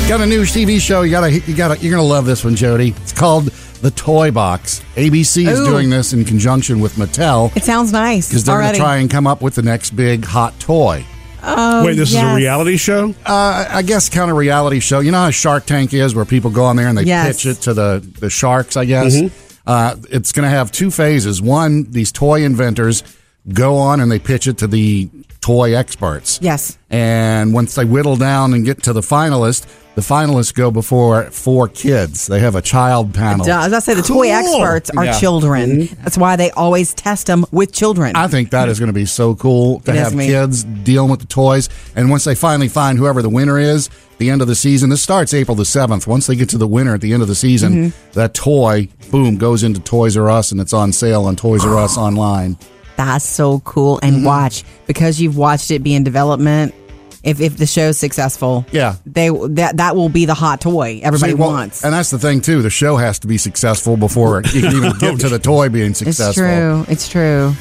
S3: Got a new TV show. You gotta, you gotta, you're gonna love this one, Jody. It's called The Toy Box. ABC is
S2: Ooh.
S3: doing this in conjunction with Mattel
S2: It sounds nice
S3: because they're
S2: already.
S3: gonna try and come up with the next big hot toy.
S2: Oh, Wait, this is a yes.
S1: reality show?
S3: Uh, I guess kind of reality show. You know how Shark Tank is, where people go on there and they
S2: Yes.
S3: pitch it to the the sharks. I guess
S1: Mhm.
S3: uh, it's going to have two phases. One, these toy inventors go on and they pitch it to the toy experts.
S2: Yes.
S3: And once they whittle down and get to the finalist, The finalists go before four kids. They have a child panel.
S2: As I said, the toy experts are
S3: Oh. Yeah. Mm-hmm.
S2: children. That's why they always test them with children.
S3: I think that is going to be so cool to
S2: It is
S3: have
S2: me.
S3: kids dealing with the toys. And once they finally find whoever the winner is, the end of the season, this starts April the 7th. Once they get to the winner at the end of the season,
S2: Mhm.
S3: that toy, boom, goes into Toys R Us and it's on sale on Toys R
S2: Ah.
S3: Us online.
S2: That's so cool. And
S3: Mm-hmm.
S2: watch because you've watched it be in development. If if the show's successful,
S3: Yeah.
S2: they that that will be the hot toy everybody
S3: See, well,
S2: wants.
S3: And that's the thing, too. The show has to be successful before you can even get to the toy being successful.
S2: It's true. It's true.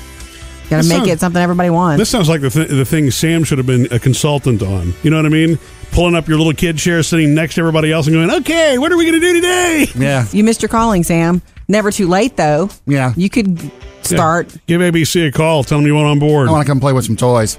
S2: Gotta
S1: This
S2: make
S1: sounds-
S2: it something everybody wants.
S1: This sounds like the, th- the thing Sam should have been a consultant on. You know what I mean? Pulling up your little kid chair, sitting next to everybody else, and going, "Okay, what are we going to do today?"
S3: Yeah,
S2: you missed your calling, Sam. Never too late though.
S3: Yeah.
S2: You could start.
S1: Give ABC a call. Tell them you want on board. I want
S3: to come play with some toys.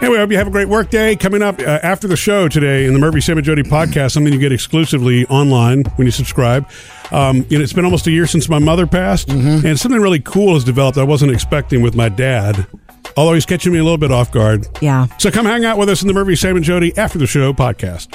S1: Anyway, I hope you have a great work day. Coming up uh, after the show today in the Murphy, Sam, and Jody podcast, something you get exclusively online when you subscribe. Um, you know, it's been almost a year since my mother passed, and something really cool has developed I wasn't expecting with my dad, although he's catching me a little bit off guard.
S2: Yeah.
S1: So come hang out with us in the Murphy, Sam, and Jody after the show podcast.